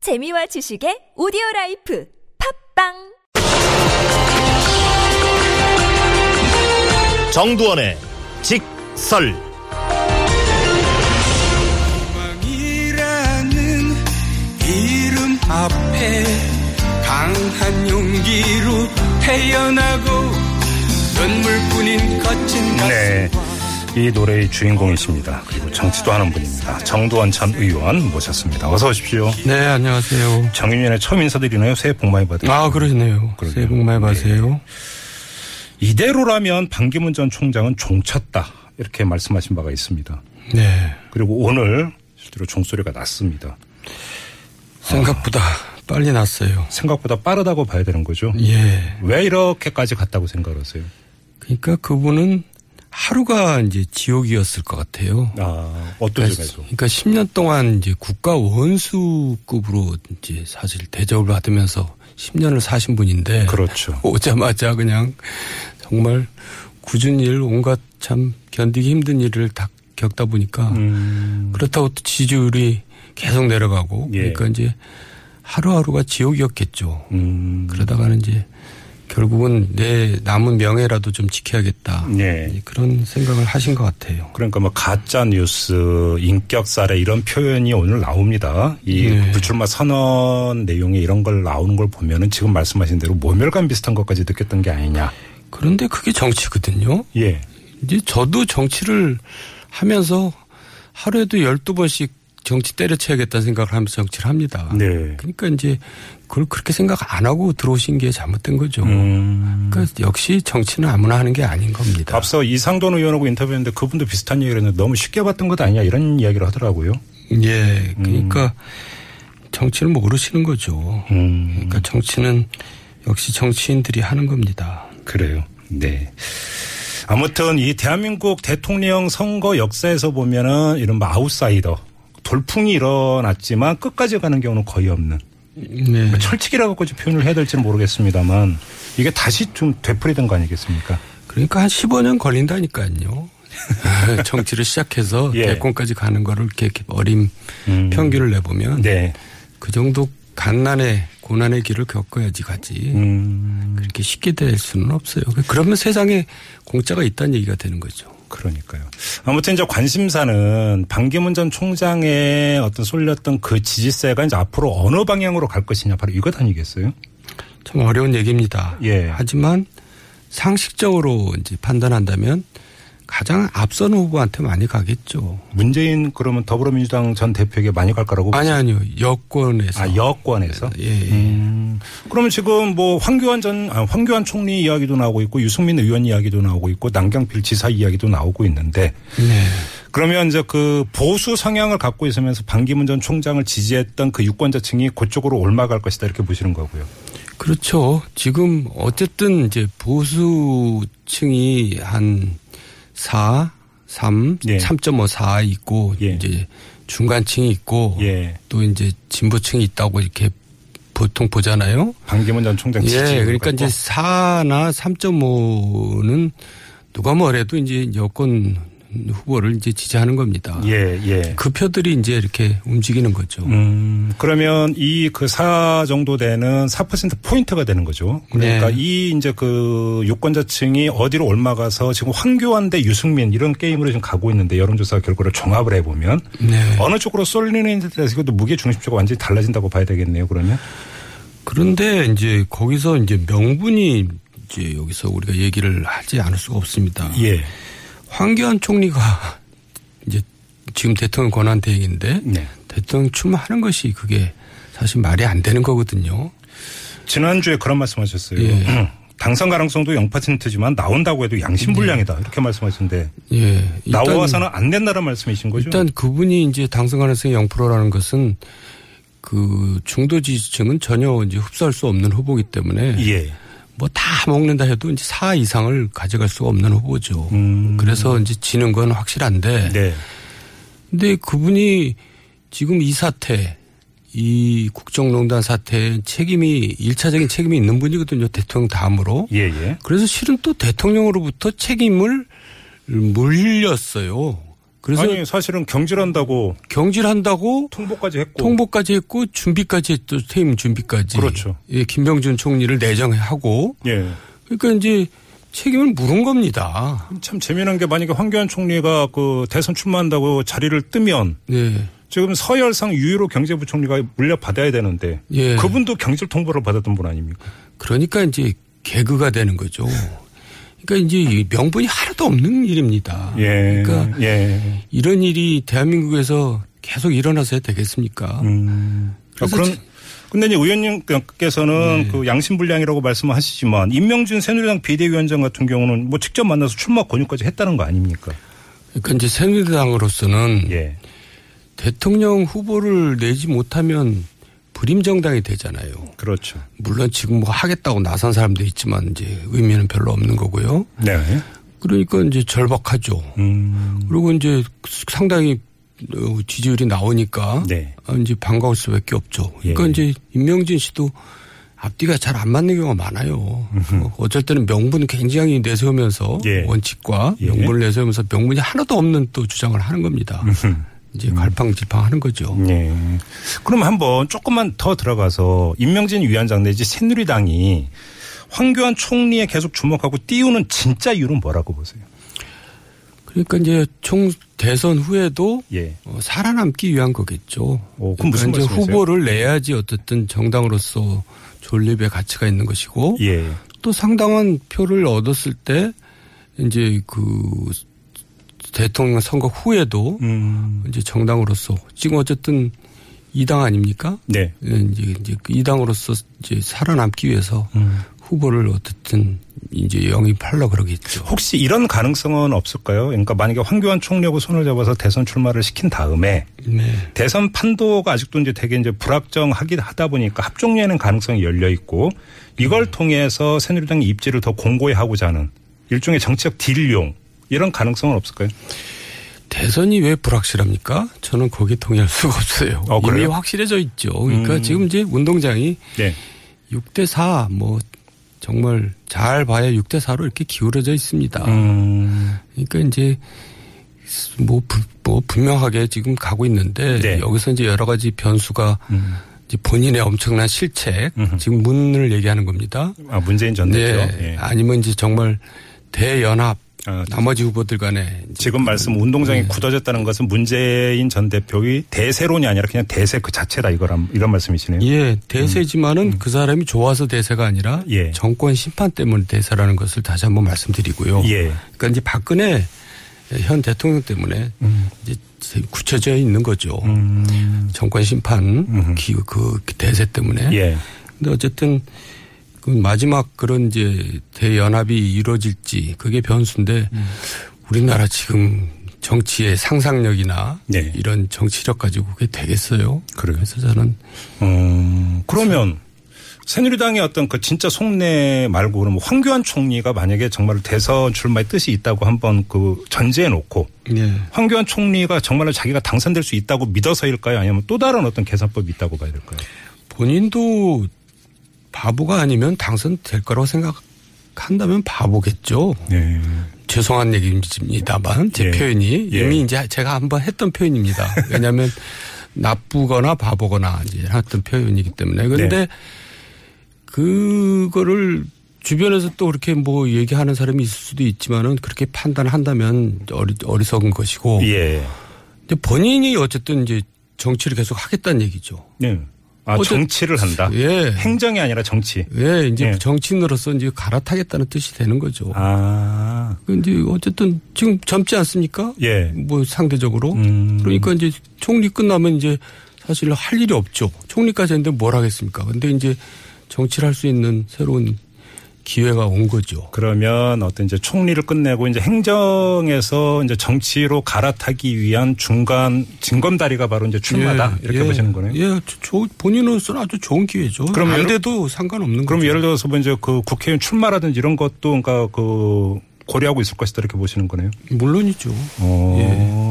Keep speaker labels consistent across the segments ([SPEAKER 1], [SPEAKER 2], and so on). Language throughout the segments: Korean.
[SPEAKER 1] 재미와 지식의 오디오 라이프 팝빵
[SPEAKER 2] 정두원의 직설
[SPEAKER 3] 희망이라는 이름 앞에 강한 용기로 태어나고 눈물뿐인 거친 가슴
[SPEAKER 4] 네. 이 노래의 주인공이십니다. 그리고 정치도 하는 분입니다. 정두원 전 의원 모셨습니다. 어서 오십시오.
[SPEAKER 5] 네, 안녕하세요.
[SPEAKER 4] 정윤연의 처음 인사드리나요? 새해 복 많이 받으세요.
[SPEAKER 5] 아, 그러시네요.
[SPEAKER 4] 그러게요.
[SPEAKER 5] 새해 복 많이 받으세요.
[SPEAKER 4] 이대로라면 반기문 전 총장은 종쳤다. 이렇게 말씀하신 바가 있습니다.
[SPEAKER 5] 네.
[SPEAKER 4] 그리고 오늘 실제로 종소리가 났습니다.
[SPEAKER 5] 생각보다 빨리 났어요.
[SPEAKER 4] 생각보다 빠르다고 봐야 되는 거죠.
[SPEAKER 5] 예.
[SPEAKER 4] 왜 이렇게까지 갔다고 생각하세요?
[SPEAKER 5] 그러니까 그분은 하루가 이제 지옥이었을 것 같아요.
[SPEAKER 4] 아, 어떤
[SPEAKER 5] 그러니까,
[SPEAKER 4] 점에서?
[SPEAKER 5] 그러니까 10년 동안 이제 국가 원수급으로 이제 사실 대접을 받으면서 10년을 사신 분인데
[SPEAKER 4] 그렇죠.
[SPEAKER 5] 오자마자 그냥 정말 굳은 일 온갖 참 견디기 힘든 일을 다 겪다 보니까
[SPEAKER 4] 음,
[SPEAKER 5] 그렇다고 또 지지율이 계속 내려가고
[SPEAKER 4] 예.
[SPEAKER 5] 그러니까 이제 하루하루가 지옥이었겠죠.
[SPEAKER 4] 음,
[SPEAKER 5] 그러다가는 이제 결국은 내 남은 명예라도 좀 지켜야겠다.
[SPEAKER 4] 예.
[SPEAKER 5] 이제 그런 생각을 하신 것 같아요.
[SPEAKER 4] 그러니까 뭐 가짜 뉴스, 인격 살해 이런 표현이 오늘 나옵니다. 이
[SPEAKER 5] 네.
[SPEAKER 4] 불출마 선언 내용에 이런 걸 나오는 걸 보면은 지금 말씀하신 대로 모멸감 비슷한 것까지 느꼈던 게 아니냐.
[SPEAKER 5] 그런데 그게 정치거든요.
[SPEAKER 4] 예.
[SPEAKER 5] 이제 저도 정치를 하면서 하루에도 12번씩 정치 때려쳐야겠다는 생각을 하면서 정치를 합니다.
[SPEAKER 4] 네.
[SPEAKER 5] 그러니까 이제 그걸 그렇게 생각 안 하고 들어오신 게 잘못된 거죠.
[SPEAKER 4] 음.
[SPEAKER 5] 그러니까 역시 정치는 아무나 하는 게 아닌 겁니다.
[SPEAKER 4] 앞서 이상돈 의원하고 인터뷰했는데 그분도 비슷한 얘기를 했는데 너무 쉽게 봤던 것 아니냐 이런 이야기를 하더라고요.
[SPEAKER 5] 예,
[SPEAKER 4] 음.
[SPEAKER 5] 그러니까 정치를 모르시는 거죠.
[SPEAKER 4] 음.
[SPEAKER 5] 그러니까 정치는 역시 정치인들이 하는 겁니다.
[SPEAKER 4] 그래요. 네. 아무튼 이 대한민국 대통령 선거 역사에서 보면은 이런 아웃사이더 돌풍이 일어났지만 끝까지 가는 경우는 거의 없는
[SPEAKER 5] 네,
[SPEAKER 4] 철칙이라고까지 표현을 해야 될지는 모르겠습니다만 이게 다시 좀 되풀이된 거 아니겠습니까?
[SPEAKER 5] 그러니까 한 15년 걸린다니까요. 정치를 시작해서
[SPEAKER 4] 예.
[SPEAKER 5] 대권까지 가는 거를 이렇게 이렇게 어림
[SPEAKER 4] 음.
[SPEAKER 5] 평균을 내보면
[SPEAKER 4] 네.
[SPEAKER 5] 그 정도 갓난의 고난의 길을 겪어야지 가지.
[SPEAKER 4] 음,
[SPEAKER 5] 그렇게 쉽게 될 수는 없어요. 그러면 세상에 공짜가 있다는 얘기가 되는 거죠.
[SPEAKER 4] 그러니까요. 아무튼 이제 관심사는 반기문 전 총장의 어떤 쏠렸던 그 지지세가 이제 앞으로 어느 방향으로 갈 것이냐 바로 이것 아니겠어요?
[SPEAKER 5] 참 어려운 얘기입니다.
[SPEAKER 4] 예.
[SPEAKER 5] 하지만 상식적으로 이제 판단한다면 가장 앞선 후보한테 많이 가겠죠.
[SPEAKER 4] 문재인 그러면 더불어민주당 전 대표에게 많이 갈 거라고
[SPEAKER 5] 아니 아니요 여권에서
[SPEAKER 4] 아 여권에서
[SPEAKER 5] 예, 예.
[SPEAKER 4] 음, 그러면 지금 뭐 황교안 전 아, 황교안 총리 이야기도 나오고 있고 유승민 의원 이야기도 나오고 있고 남경필 지사 이야기도 나오고 있는데
[SPEAKER 5] 네.
[SPEAKER 4] 그러면 이제 그 보수 성향을 갖고 있으면서 반기문 전 총장을 지지했던 그 유권자층이 그쪽으로 올라갈 것이다 이렇게 보시는 거고요.
[SPEAKER 5] 그렇죠. 지금 어쨌든 이제 보수층이 한 4, 3,
[SPEAKER 4] 예.
[SPEAKER 5] 3.5, 4 있고
[SPEAKER 4] 예.
[SPEAKER 5] 이제 중간층이 있고
[SPEAKER 4] 예.
[SPEAKER 5] 또 이제 진보층이 있다고 이렇게 보통 보잖아요.
[SPEAKER 4] 반기문 전 총장 지지.
[SPEAKER 5] 예, 그러니까 이제 4나 3.5는 누가 뭐래도 이제 여권 후보를 이제 지지하는 겁니다.
[SPEAKER 4] 예, 예.
[SPEAKER 5] 그 표들이 이제 이렇게 움직이는 거죠.
[SPEAKER 4] 음, 그러면 이 그 4 정도 되는 4% 포인트가 되는 거죠. 그러니까
[SPEAKER 5] 네.
[SPEAKER 4] 이 이제 그 유권자층이 어디로 올라가서 지금 황교안 대 유승민 이런 게임으로 지금 가고 있는데 여론조사 결과를 종합을 해보면
[SPEAKER 5] 네.
[SPEAKER 4] 어느 쪽으로 쏠리는지에 대해서 이것도 무게 중심적으로 완전히 달라진다고 봐야 되겠네요. 그러면
[SPEAKER 5] 그런데 이제 거기서 이제 명분이 이제 여기서 우리가 얘기를 하지 않을 수가 없습니다.
[SPEAKER 4] 예,
[SPEAKER 5] 황교안 총리가 이제 지금 대통령 권한 대행인데
[SPEAKER 4] 네.
[SPEAKER 5] 대통령 출마하는 것이 그게 사실 말이 안 되는 거거든요.
[SPEAKER 4] 지난주에 그런 말씀하셨어요.
[SPEAKER 5] 예.
[SPEAKER 4] 당선 가능성도 0%지만 나온다고 해도 양심불량이다 이렇게 말씀하셨는데
[SPEAKER 5] 예. 네. 일단-
[SPEAKER 4] 나와서는 안 된다는 말씀이신 거죠?
[SPEAKER 5] 일단 그분이 이제 당선 가능성이 0%라는 것은 그 중도 지지층은 전혀 이제 흡수할 수 없는 후보기 때문에
[SPEAKER 4] 예,
[SPEAKER 5] 뭐 다 먹는다 해도 이제 4 이상을 가져갈 수가 없는 후보죠.
[SPEAKER 4] 음.
[SPEAKER 5] 그래서 이제 지는 건 확실한데
[SPEAKER 4] 네,
[SPEAKER 5] 근데 그분이 지금 이 사태 이 국정농단 사태에 책임이 일차적인 책임이 있는 분이거든요. 대통령 다음으로.
[SPEAKER 4] 예, 예.
[SPEAKER 5] 그래서 실은 또 대통령으로부터 책임을 물렸어요. 그래서
[SPEAKER 4] 아니 사실은 경질한다고
[SPEAKER 5] 경질한다고
[SPEAKER 4] 통보까지 했고
[SPEAKER 5] 통보까지 했고 준비까지 했죠. 퇴임 준비까지.
[SPEAKER 4] 그렇죠.
[SPEAKER 5] 예, 김병준 총리를 내정하고
[SPEAKER 4] 예.
[SPEAKER 5] 그러니까 이제 책임을 물은 겁니다.
[SPEAKER 4] 참 재미난 게 만약에 황교안 총리가 그 대선 출마한다고 자리를 뜨면
[SPEAKER 5] 예.
[SPEAKER 4] 지금 서열상 유일호 경제부총리가 물려 받아야 되는데
[SPEAKER 5] 예.
[SPEAKER 4] 그분도 경질 통보를 받았던 분 아닙니까?
[SPEAKER 5] 그러니까 이제 개그가 되는 거죠. 그러니까 이제 이 명분이 하나도 없는 일입니다.
[SPEAKER 4] 예.
[SPEAKER 5] 그러니까
[SPEAKER 4] 예.
[SPEAKER 5] 이런 일이 대한민국에서 계속 일어나서야 되겠습니까?
[SPEAKER 4] 음. 아,
[SPEAKER 5] 그래서
[SPEAKER 4] 그런
[SPEAKER 5] 지- 네.
[SPEAKER 4] 근데 이제 의원님께서는 그 양심불량이라고 말씀하시지만 임명준 새누리당 비대위원장 같은 경우는 뭐 직접 만나서 출마 권유까지 했다는 거 아닙니까?
[SPEAKER 5] 그러니까 이제 새누리당으로서는
[SPEAKER 4] 예.
[SPEAKER 5] 대통령 후보를 내지 못하면 불임정당이 되잖아요.
[SPEAKER 4] 그렇죠.
[SPEAKER 5] 물론 지금 뭐 하겠다고 나선 사람도 있지만 이제 의미는 별로 없는 거고요.
[SPEAKER 4] 네.
[SPEAKER 5] 그러니까 이제 절박하죠.
[SPEAKER 4] 음.
[SPEAKER 5] 그리고 이제 상당히 어, 지지율이 나오니까
[SPEAKER 4] 네.
[SPEAKER 5] 아, 이제 반가울 수밖에 없죠. 그러니까
[SPEAKER 4] 예.
[SPEAKER 5] 이제 임명진 씨도 앞뒤가 잘 안 맞는 경우가 많아요. 어, 어쩔 때는 명분 굉장히 내세우면서
[SPEAKER 4] 예.
[SPEAKER 5] 원칙과
[SPEAKER 4] 예.
[SPEAKER 5] 명분을 내세우면서 명분이 하나도 없는 또 주장을 하는 겁니다. 이제
[SPEAKER 4] 음.
[SPEAKER 5] 갈팡질팡하는 거죠.
[SPEAKER 4] 예. 그럼 한번 조금만 더 들어가서 임명진 위원장 내지 새누리당이 황교안 총리에 계속 주목하고 띄우는 진짜 이유는 뭐라고 보세요?
[SPEAKER 5] 그러니까 이제 총 대선 후에도
[SPEAKER 4] 예.
[SPEAKER 5] 어, 살아남기 위한 거겠죠.
[SPEAKER 4] 오, 그럼 무슨
[SPEAKER 5] 그러니까 이제
[SPEAKER 4] 말씀이세요?
[SPEAKER 5] 후보를 내야지 어쨌든 정당으로서 존립의 가치가 있는 것이고
[SPEAKER 4] 예.
[SPEAKER 5] 또 상당한 표를 얻었을 때 이제 그 대통령 선거 후에도
[SPEAKER 4] 음.
[SPEAKER 5] 이제 정당으로서 지금 어쨌든 이당 아닙니까?
[SPEAKER 4] 네.
[SPEAKER 5] 예, 이제 이제 그 이당으로서 이제 살아남기 위해서
[SPEAKER 4] 음.
[SPEAKER 5] 후보를 어쨌든 이제 영입하려 그러겠죠.
[SPEAKER 4] 혹시 이런 가능성은 없을까요? 그러니까 만약에 황교안 총리하고 손을 잡아서 대선 출마를 시킨 다음에
[SPEAKER 5] 네.
[SPEAKER 4] 대선 판도가 아직도 이제 되게 이제 불확정하긴 하다 보니까 합종리하는 가능성이 열려 있고 이걸 통해서 새누리당의 입지를 더 공고히 하고자 하는 일종의 정치적 딜용 이런 가능성은 없을까요?
[SPEAKER 5] 대선이 왜 불확실합니까? 저는 거기에 동의할 수가 없어요.
[SPEAKER 4] 어, 그래요? 음.
[SPEAKER 5] 이미 확실해져 있죠. 그러니까 지금 이제 운동장이
[SPEAKER 4] 네.
[SPEAKER 5] 6대 4 뭐 정말 잘 봐야 6대 4로 이렇게 기울어져 있습니다.
[SPEAKER 4] 음.
[SPEAKER 5] 그러니까 이제 뭐, 부- 뭐 분명하게 지금 가고 있는데
[SPEAKER 4] 네. 음.
[SPEAKER 5] 여기서 이제 여러 가지 변수가 이제 본인의 엄청난 실책 지금 문을 얘기하는 겁니다.
[SPEAKER 4] 아 문재인 전 대표.
[SPEAKER 5] 네.
[SPEAKER 4] 예.
[SPEAKER 5] 아니면 이제 정말 대연합
[SPEAKER 4] 아,
[SPEAKER 5] 나머지 후보들 간에 이제
[SPEAKER 4] 지금 말씀 운동장이
[SPEAKER 5] 네.
[SPEAKER 4] 굳어졌다는 것은 문재인 전 대표의 대세론이 아니라 그냥 대세 그 자체다 이거란 이런 말씀이시네요.
[SPEAKER 5] 예, 대세지만은 그 사람이 좋아서 대세가 아니라
[SPEAKER 4] 음. 예.
[SPEAKER 5] 정권 심판 때문에 대세라는 것을 다시 한번 말씀드리고요.
[SPEAKER 4] 예.
[SPEAKER 5] 그러니까 이제 박근혜 현 대통령 때문에
[SPEAKER 4] 음.
[SPEAKER 5] 이제 굳혀져 있는 거죠. 정권 심판 기, 그 대세 때문에.
[SPEAKER 4] 음. 예.
[SPEAKER 5] 근데 어쨌든 그 마지막 그런 이제 대연합이 이루어질지 그게 변수인데
[SPEAKER 4] 음.
[SPEAKER 5] 우리나라 지금 정치의 상상력이나
[SPEAKER 4] 네.
[SPEAKER 5] 이런 정치력 가지고 그게 되겠어요.
[SPEAKER 4] 그래요.
[SPEAKER 5] 그래서 저는
[SPEAKER 4] 음, 그러면 새누리당의 어떤 그 진짜 속내 말고 그럼 황교안 총리가 만약에 정말 대선 출마의 뜻이 있다고 한번 그 전제해 놓고
[SPEAKER 5] 예.
[SPEAKER 4] 황교안 총리가 정말로 자기가 당선될 수 있다고 믿어서일까요? 아니면 또 다른 어떤 계산법이 있다고 봐야 될까요?
[SPEAKER 5] 본인도 바보가 아니면 당선될 거라고 생각한다면 바보겠죠.
[SPEAKER 4] 네.
[SPEAKER 5] 죄송한 얘기입니다만 제
[SPEAKER 4] 예.
[SPEAKER 5] 표현이
[SPEAKER 4] 예.
[SPEAKER 5] 이미 이제 제가 한번 했던 표현입니다. 왜냐하면 나쁘거나 바보거나 이제 했던 표현이기 때문에 그런데
[SPEAKER 4] 네.
[SPEAKER 5] 그거를 주변에서 또 그렇게 뭐 얘기하는 사람이 있을 수도 있지만은 그렇게 판단한다면 어리, 어리석은 것이고
[SPEAKER 4] 예.
[SPEAKER 5] 근데 본인이 어쨌든 이제 정치를 계속 하겠다는 얘기죠.
[SPEAKER 4] 네. 아,
[SPEAKER 5] 어쨌-
[SPEAKER 4] 정치를 한다?
[SPEAKER 5] 예.
[SPEAKER 4] 행정이 아니라 정치.
[SPEAKER 5] 예, 이제
[SPEAKER 4] 예.
[SPEAKER 5] 정치인으로서 이제 갈아타겠다는 뜻이 되는 거죠.
[SPEAKER 4] 아.
[SPEAKER 5] 근데 어쨌든 지금 젊지 않습니까?
[SPEAKER 4] 예.
[SPEAKER 5] 뭐 상대적으로.
[SPEAKER 4] 음.
[SPEAKER 5] 그러니까 이제 총리 끝나면 이제 사실 할 일이 없죠. 총리까지 했는데 뭘 하겠습니까? 근데 이제 정치를 할 수 있는 새로운 기회가 온 거죠.
[SPEAKER 4] 그러면 어떤 이제 총리를 끝내고 이제 행정에서 이제 정치로 갈아타기 위한 중간 징검다리가 바로 이제 출마다 이렇게
[SPEAKER 5] 예.
[SPEAKER 4] 보시는 거네요.
[SPEAKER 5] 예, 저- 저 본인으로서는 아주 좋은 기회죠.
[SPEAKER 4] 그럼
[SPEAKER 5] 안
[SPEAKER 4] 예를-
[SPEAKER 5] 돼도 상관없는
[SPEAKER 4] 그럼
[SPEAKER 5] 거죠.
[SPEAKER 4] 예를 들어서 뭐 이제 그 국회의원 출마라든지 이런 것도 그러니까 그 고려하고 있을 것이다 이렇게 보시는 거네요.
[SPEAKER 5] 물론이죠.
[SPEAKER 4] 어,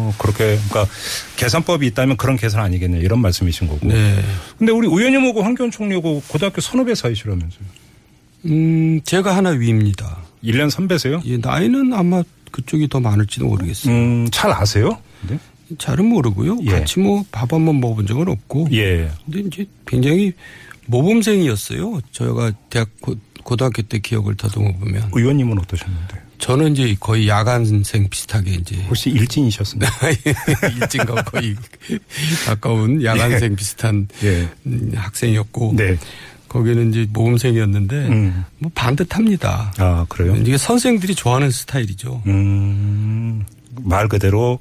[SPEAKER 5] 예.
[SPEAKER 4] 그렇게 그러니까 계산법이 있다면 그런 계산 아니겠냐 이런 말씀이신 거고.
[SPEAKER 5] 네.
[SPEAKER 4] 근데 우리 의원님하고 황교안 총리하고 고등학교 선후배 사이시라면서요.
[SPEAKER 5] 음, 제가 하나 위입니다.
[SPEAKER 4] 1년 선배세요?
[SPEAKER 5] 예, 나이는 아마 그쪽이 더 많을지도 모르겠어요.
[SPEAKER 4] 음, 잘 아세요? 네.
[SPEAKER 5] 잘은 모르고요.
[SPEAKER 4] 예.
[SPEAKER 5] 같이 뭐 밥 한번 먹어본 적은 없고.
[SPEAKER 4] 예.
[SPEAKER 5] 근데 이제 굉장히 모범생이었어요. 저희가 대학 고, 고등학교 때 기억을 더듬어 보면
[SPEAKER 4] 의원님은 어떠셨는데?
[SPEAKER 5] 저는 이제 거의 야간생 비슷하게 이제
[SPEAKER 4] 혹시 일진이셨습니까?
[SPEAKER 5] 일진과 거의 가까운 야간생 비슷한
[SPEAKER 4] 예.
[SPEAKER 5] 음, 학생이었고
[SPEAKER 4] 네.
[SPEAKER 5] 거기는 이제 모범생이었는데
[SPEAKER 4] 음.
[SPEAKER 5] 뭐 반듯합니다.
[SPEAKER 4] 아, 그래요?
[SPEAKER 5] 이게 선생들이 좋아하는 스타일이죠.
[SPEAKER 4] 음, 말 그대로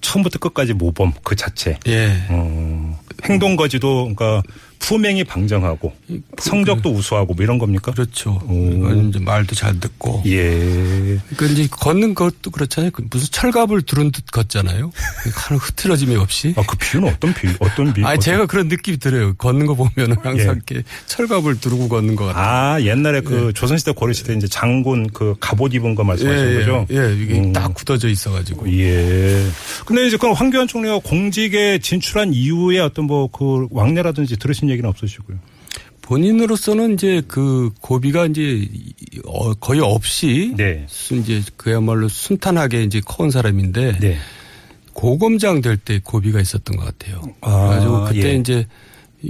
[SPEAKER 4] 처음부터 끝까지 모범 그 자체.
[SPEAKER 5] 예.
[SPEAKER 4] 어, 행동 거지도 그러니까 품행이 방정하고 성적도 우수하고 뭐 이런 겁니까?
[SPEAKER 5] 그 그렇죠. 그건 이제 말도 잘 듣고.
[SPEAKER 4] 예.
[SPEAKER 5] 그러니까 이제 걷는 것도 그렇잖아요. 그 무슨 철갑을 두른 듯 걷잖아요. 그러니까 하는 흐트러짐이 없이.
[SPEAKER 4] 아, 그 비유는 어떤 비유? 어떤 비유?
[SPEAKER 5] 아니
[SPEAKER 4] 어떤-
[SPEAKER 5] 제가 그런 느낌이 들어요. 걷는 거 보면 항상
[SPEAKER 4] 예.
[SPEAKER 5] 이렇게 철갑을 두르고 걷는 것 같아요.
[SPEAKER 4] 아, 옛날에 그 조선시대 고려시대 이제 장군 그 갑옷 입은 거 말씀하시는
[SPEAKER 5] 예. 예,
[SPEAKER 4] 거죠?
[SPEAKER 5] 예, 예, 이게
[SPEAKER 4] 음.
[SPEAKER 5] 딱 굳어져 있어가지고.
[SPEAKER 4] 예. 근데 이제 그럼 황교안 총리가 공직에 진출한 이후에 어떤 뭐 그 왕래라든지 들으신 얘기는 없으시고요.
[SPEAKER 5] 본인으로서는 이제 그 고비가 이제 이- 어, 거의 없이
[SPEAKER 4] 네.
[SPEAKER 5] 순- 이제 그야말로 순탄하게 이제 커온 사람인데
[SPEAKER 4] 네.
[SPEAKER 5] 고검장 될 때 고비가 있었던 것 같아요.
[SPEAKER 4] 아,
[SPEAKER 5] 그래가지고 그때
[SPEAKER 4] 예.
[SPEAKER 5] 이제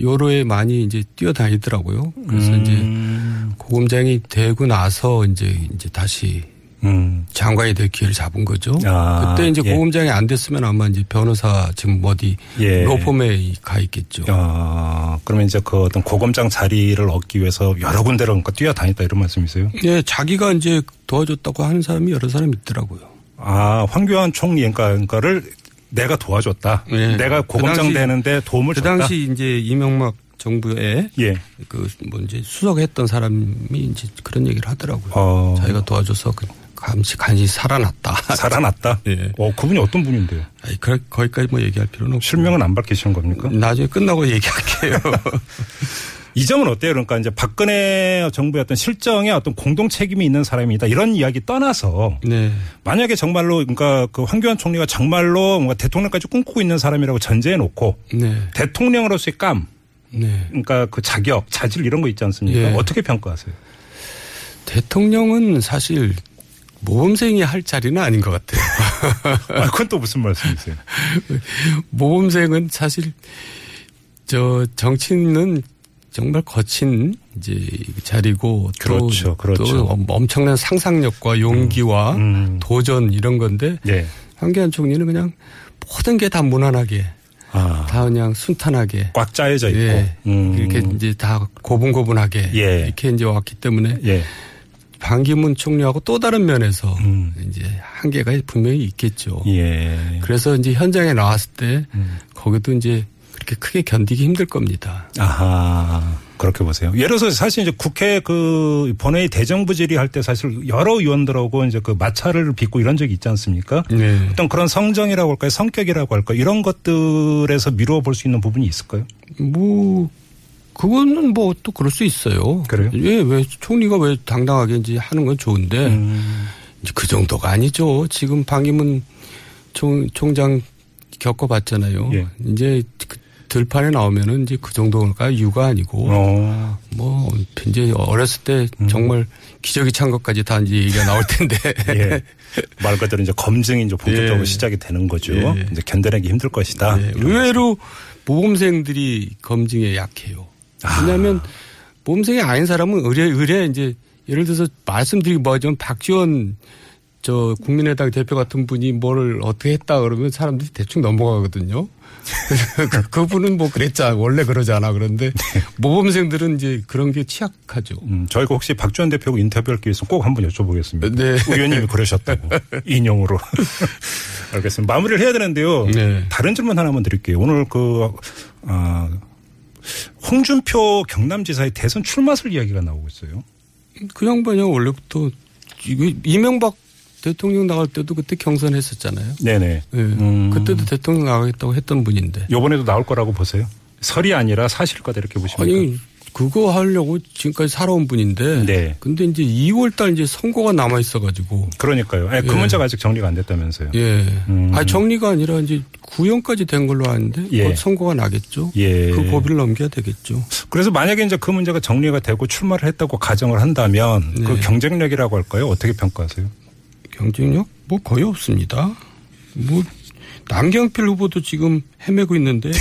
[SPEAKER 5] 요로에 많이 이제 뛰어다니더라고요. 그래서 이제
[SPEAKER 4] 음.
[SPEAKER 5] 고검장이 되고 나서 이제 이제 다시
[SPEAKER 4] 음.
[SPEAKER 5] 장관이 될 기회를 잡은 거죠.
[SPEAKER 4] 아,
[SPEAKER 5] 그때 이제
[SPEAKER 4] 예.
[SPEAKER 5] 고검장이 안 됐으면 아마 이제 변호사 지금 어디
[SPEAKER 4] 예.
[SPEAKER 5] 로펌에 가 있겠죠.
[SPEAKER 4] 아, 그러면 이제 그 어떤 고검장 자리를 얻기 위해서 여러 군데로 그러니까 뛰어다녔다 이런 말씀이세요?
[SPEAKER 5] 예, 자기가 이제 도와줬다고 하는 사람이 여러 사람 있더라고요.
[SPEAKER 4] 아, 황교안 총리 그러니까- 그러니까를 내가 도와줬다.
[SPEAKER 5] 예.
[SPEAKER 4] 내가
[SPEAKER 5] 그
[SPEAKER 4] 고검장
[SPEAKER 5] 당시-
[SPEAKER 4] 되는데 도움을
[SPEAKER 5] 그
[SPEAKER 4] 줬다.
[SPEAKER 5] 당시 이제 이명박 정부에
[SPEAKER 4] 예.
[SPEAKER 5] 그뭐 이제 수석했던 사람이 이제 그런 얘기를 하더라고요.
[SPEAKER 4] 어.
[SPEAKER 5] 자기가 도와줘서 그 감시 간신히 살아났다.
[SPEAKER 4] 살아났다.
[SPEAKER 5] 예.
[SPEAKER 4] 어, 그분이 어떤 분인데요?
[SPEAKER 5] 아니, 그럴- 거기까지 뭐 얘기할 필요는 없고
[SPEAKER 4] 실명은 안 밝히시는 겁니까?
[SPEAKER 5] 나중에 끝나고 얘기할게요.
[SPEAKER 4] 이 점은 어때요? 그러니까 이제 박근혜 정부의 어떤 실정에 어떤 공동 책임이 있는 사람이다 이런 이야기 떠나서
[SPEAKER 5] 네.
[SPEAKER 4] 만약에 정말로 그러니까 그 황교안 총리가 정말로 뭔가 대통령까지 꿈꾸고 있는 사람이라고 전제해 놓고
[SPEAKER 5] 네.
[SPEAKER 4] 대통령으로서의 깜
[SPEAKER 5] 네.
[SPEAKER 4] 그러니까 그 자격 자질 이런 거 있지 않습니까?
[SPEAKER 5] 예.
[SPEAKER 4] 어떻게 평가하세요?
[SPEAKER 5] 대통령은 사실 모범생이 할 자리는 아닌 것 같아요.
[SPEAKER 4] 아, 그건 또 무슨 말씀이세요?
[SPEAKER 5] 모범생은 사실 저 정치인은 정말 거친 이제 자리고 또-
[SPEAKER 4] 그렇죠, 그렇죠.
[SPEAKER 5] 또 엄- 엄청난 상상력과 용기와
[SPEAKER 4] 음.
[SPEAKER 5] 도전 이런 건데
[SPEAKER 4] 예.
[SPEAKER 5] 황교안 총리는 그냥 모든 게 다 무난하게
[SPEAKER 4] 아,
[SPEAKER 5] 다 그냥 순탄하게
[SPEAKER 4] 꽉 짜여져 있고
[SPEAKER 5] 예.
[SPEAKER 4] 음.
[SPEAKER 5] 이렇게 이제 다 고분고분하게
[SPEAKER 4] 예.
[SPEAKER 5] 이렇게 이제 왔기 때문에
[SPEAKER 4] 예.
[SPEAKER 5] 반기문 총리하고 또 다른 면에서
[SPEAKER 4] 음.
[SPEAKER 5] 이제 한계가 분명히 있겠죠.
[SPEAKER 4] 예. 음.
[SPEAKER 5] 그래서 이제 현장에 나왔을 때 거기도 이제 그렇게 크게 견디기 힘들 겁니다.
[SPEAKER 4] 아하. 그렇게 보세요. 예를 들어서 사실 이제 국회 그 본회의 대정부 질의할 때 사실 여러 의원들하고 이제 그 마찰을 빚고 이런 적이 있지 않습니까?
[SPEAKER 5] 네.
[SPEAKER 4] 어떤 그런 성정이라고 할까요? 성격이라고 할까요? 이런 것들에서 미루어 볼 수 있는 부분이 있을까요?
[SPEAKER 5] 뭐 그거는 뭐 또 그럴 수 있어요.
[SPEAKER 4] 그래요?
[SPEAKER 5] 예, 왜 총리가 왜 당당하게 이제 하는 건 좋은데
[SPEAKER 4] 음.
[SPEAKER 5] 이제 그 정도가 아니죠. 지금 방임은 총 총장 겪어봤잖아요.
[SPEAKER 4] 예.
[SPEAKER 5] 이제 그 들판에 나오면은 이제 그 정도가 유가 아니고
[SPEAKER 4] 어.
[SPEAKER 5] 뭐 이제 어렸을 때 정말 기저귀 찬 것까지 다 이제 얘기가 나올 텐데
[SPEAKER 4] 예. 말 그대로 이제 검증이 이제 본격적으로
[SPEAKER 5] 예.
[SPEAKER 4] 시작이 되는 거죠.
[SPEAKER 5] 예.
[SPEAKER 4] 이제 견뎌내기 힘들 것이다.
[SPEAKER 5] 예, 의외로 모범생들이 검증에 약해요. 왜냐하면 모범생이 아닌 사람은 의뢰 의뢰 이제 예를 들어서 말씀드리기 뭐하지만 박지원 저 국민의당 대표 같은 분이 뭐를 어떻게 했다 그러면 사람들이 대충 넘어가거든요. 그- 그분은 뭐 그랬자 원래 그러지 않아 그런데 모범생들은 이제 그런 게 취약하죠.
[SPEAKER 4] 음, 저희가 혹시 박지원 대표하고 인터뷰할 기회에서 꼭 한번 여쭤보겠습니다.
[SPEAKER 5] 네.
[SPEAKER 4] 의원님이 그러셨다고. 인용으로. 알겠습니다. 마무리를 해야 되는데요.
[SPEAKER 5] 네.
[SPEAKER 4] 다른 질문 하나만 드릴게요. 오늘 그, 아, 홍준표 경남지사의 대선 출마설 이야기가 나오고 있어요.
[SPEAKER 5] 그 양반이 원래부터 이거 이명박 대통령 나갈 때도 그때 경선했었잖아요.
[SPEAKER 4] 네네. 음,
[SPEAKER 5] 예. 그때도 대통령 나가겠다고 했던 분인데.
[SPEAKER 4] 요번에도 나올 거라고 보세요. 설이 아니라 사실과다 이렇게 보십니까?
[SPEAKER 5] 아니 그거 하려고 지금까지 살아온 분인데.
[SPEAKER 4] 네.
[SPEAKER 5] 근데 이제 2월달 이제 선거가 남아 있어가지고.
[SPEAKER 4] 그러니까요. 아니, 그
[SPEAKER 5] 예.
[SPEAKER 4] 문제가 아직 정리가 안 됐다면서요.
[SPEAKER 5] 예.
[SPEAKER 4] 음.
[SPEAKER 5] 아 정리가 아니라 이제 구형까지 된 걸로 아는데
[SPEAKER 4] 예.
[SPEAKER 5] 곧 선고가 나겠죠.
[SPEAKER 4] 예.
[SPEAKER 5] 그 고비를 넘겨야 되겠죠.
[SPEAKER 4] 그래서 만약에 이제 그 문제가 정리가 되고 출마를 했다고 가정을 한다면 그
[SPEAKER 5] 네.
[SPEAKER 4] 경쟁력이라고 할까요? 어떻게 평가하세요?
[SPEAKER 5] 경쟁력 뭐 거의 없습니다. 뭐 남경필 후보도 지금 헤매고 있는데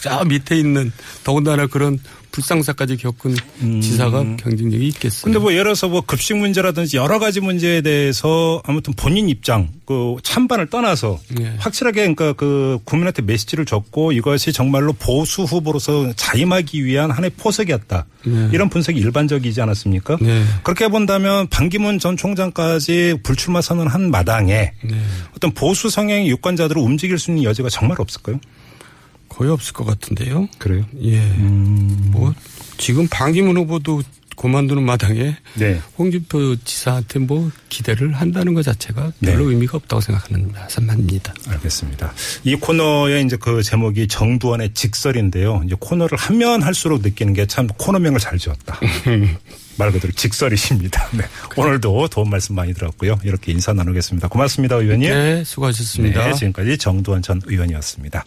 [SPEAKER 5] 저 밑에 있는 더군다나 그런 불상사까지 겪은 지사가 경쟁력이 있겠어요.
[SPEAKER 4] 음. 근데 뭐 예를 들어서 뭐 급식 문제라든지 여러 가지 문제에 대해서 아무튼 본인 입장 그 찬반을 떠나서
[SPEAKER 5] 예.
[SPEAKER 4] 확실하게 그러니까 그 국민한테 메시지를 줬고 이것이 정말로 보수 후보로서 자임하기 위한 하나의 포석이었다
[SPEAKER 5] 네.
[SPEAKER 4] 이런 분석이 일반적이지 않았습니까?
[SPEAKER 5] 네.
[SPEAKER 4] 그렇게 본다면 반기문 전 총장까지 불출마 선언한 마당에
[SPEAKER 5] 네.
[SPEAKER 4] 어떤 보수 성향의 유권자들을 움직일 수 있는 여지가 정말 없을까요?
[SPEAKER 5] 거의 없을 것 같은데요.
[SPEAKER 4] 그래요? 음.
[SPEAKER 5] 예. 뭐 지금 반기문 후보도 고만두는 마당에
[SPEAKER 4] 네.
[SPEAKER 5] 홍준표 지사한테 뭐 기대를 한다는 것 자체가
[SPEAKER 4] 네.
[SPEAKER 5] 별로 의미가 없다고 생각하는 사람입니다.
[SPEAKER 4] 알겠습니다. 이 코너의 이제 그 제목이 정두환의 직설인데요. 이제 코너를 하면 할수록 느끼는 게 참 코너명을 잘 지었다. 말 그대로 직설이십니다. 네. 오늘도 도움 말씀 많이 들었고요. 이렇게 인사 나누겠습니다. 고맙습니다, 의원님. 예.
[SPEAKER 5] 네, 수고하셨습니다.
[SPEAKER 4] 네, 지금까지 정두환 전 의원이었습니다.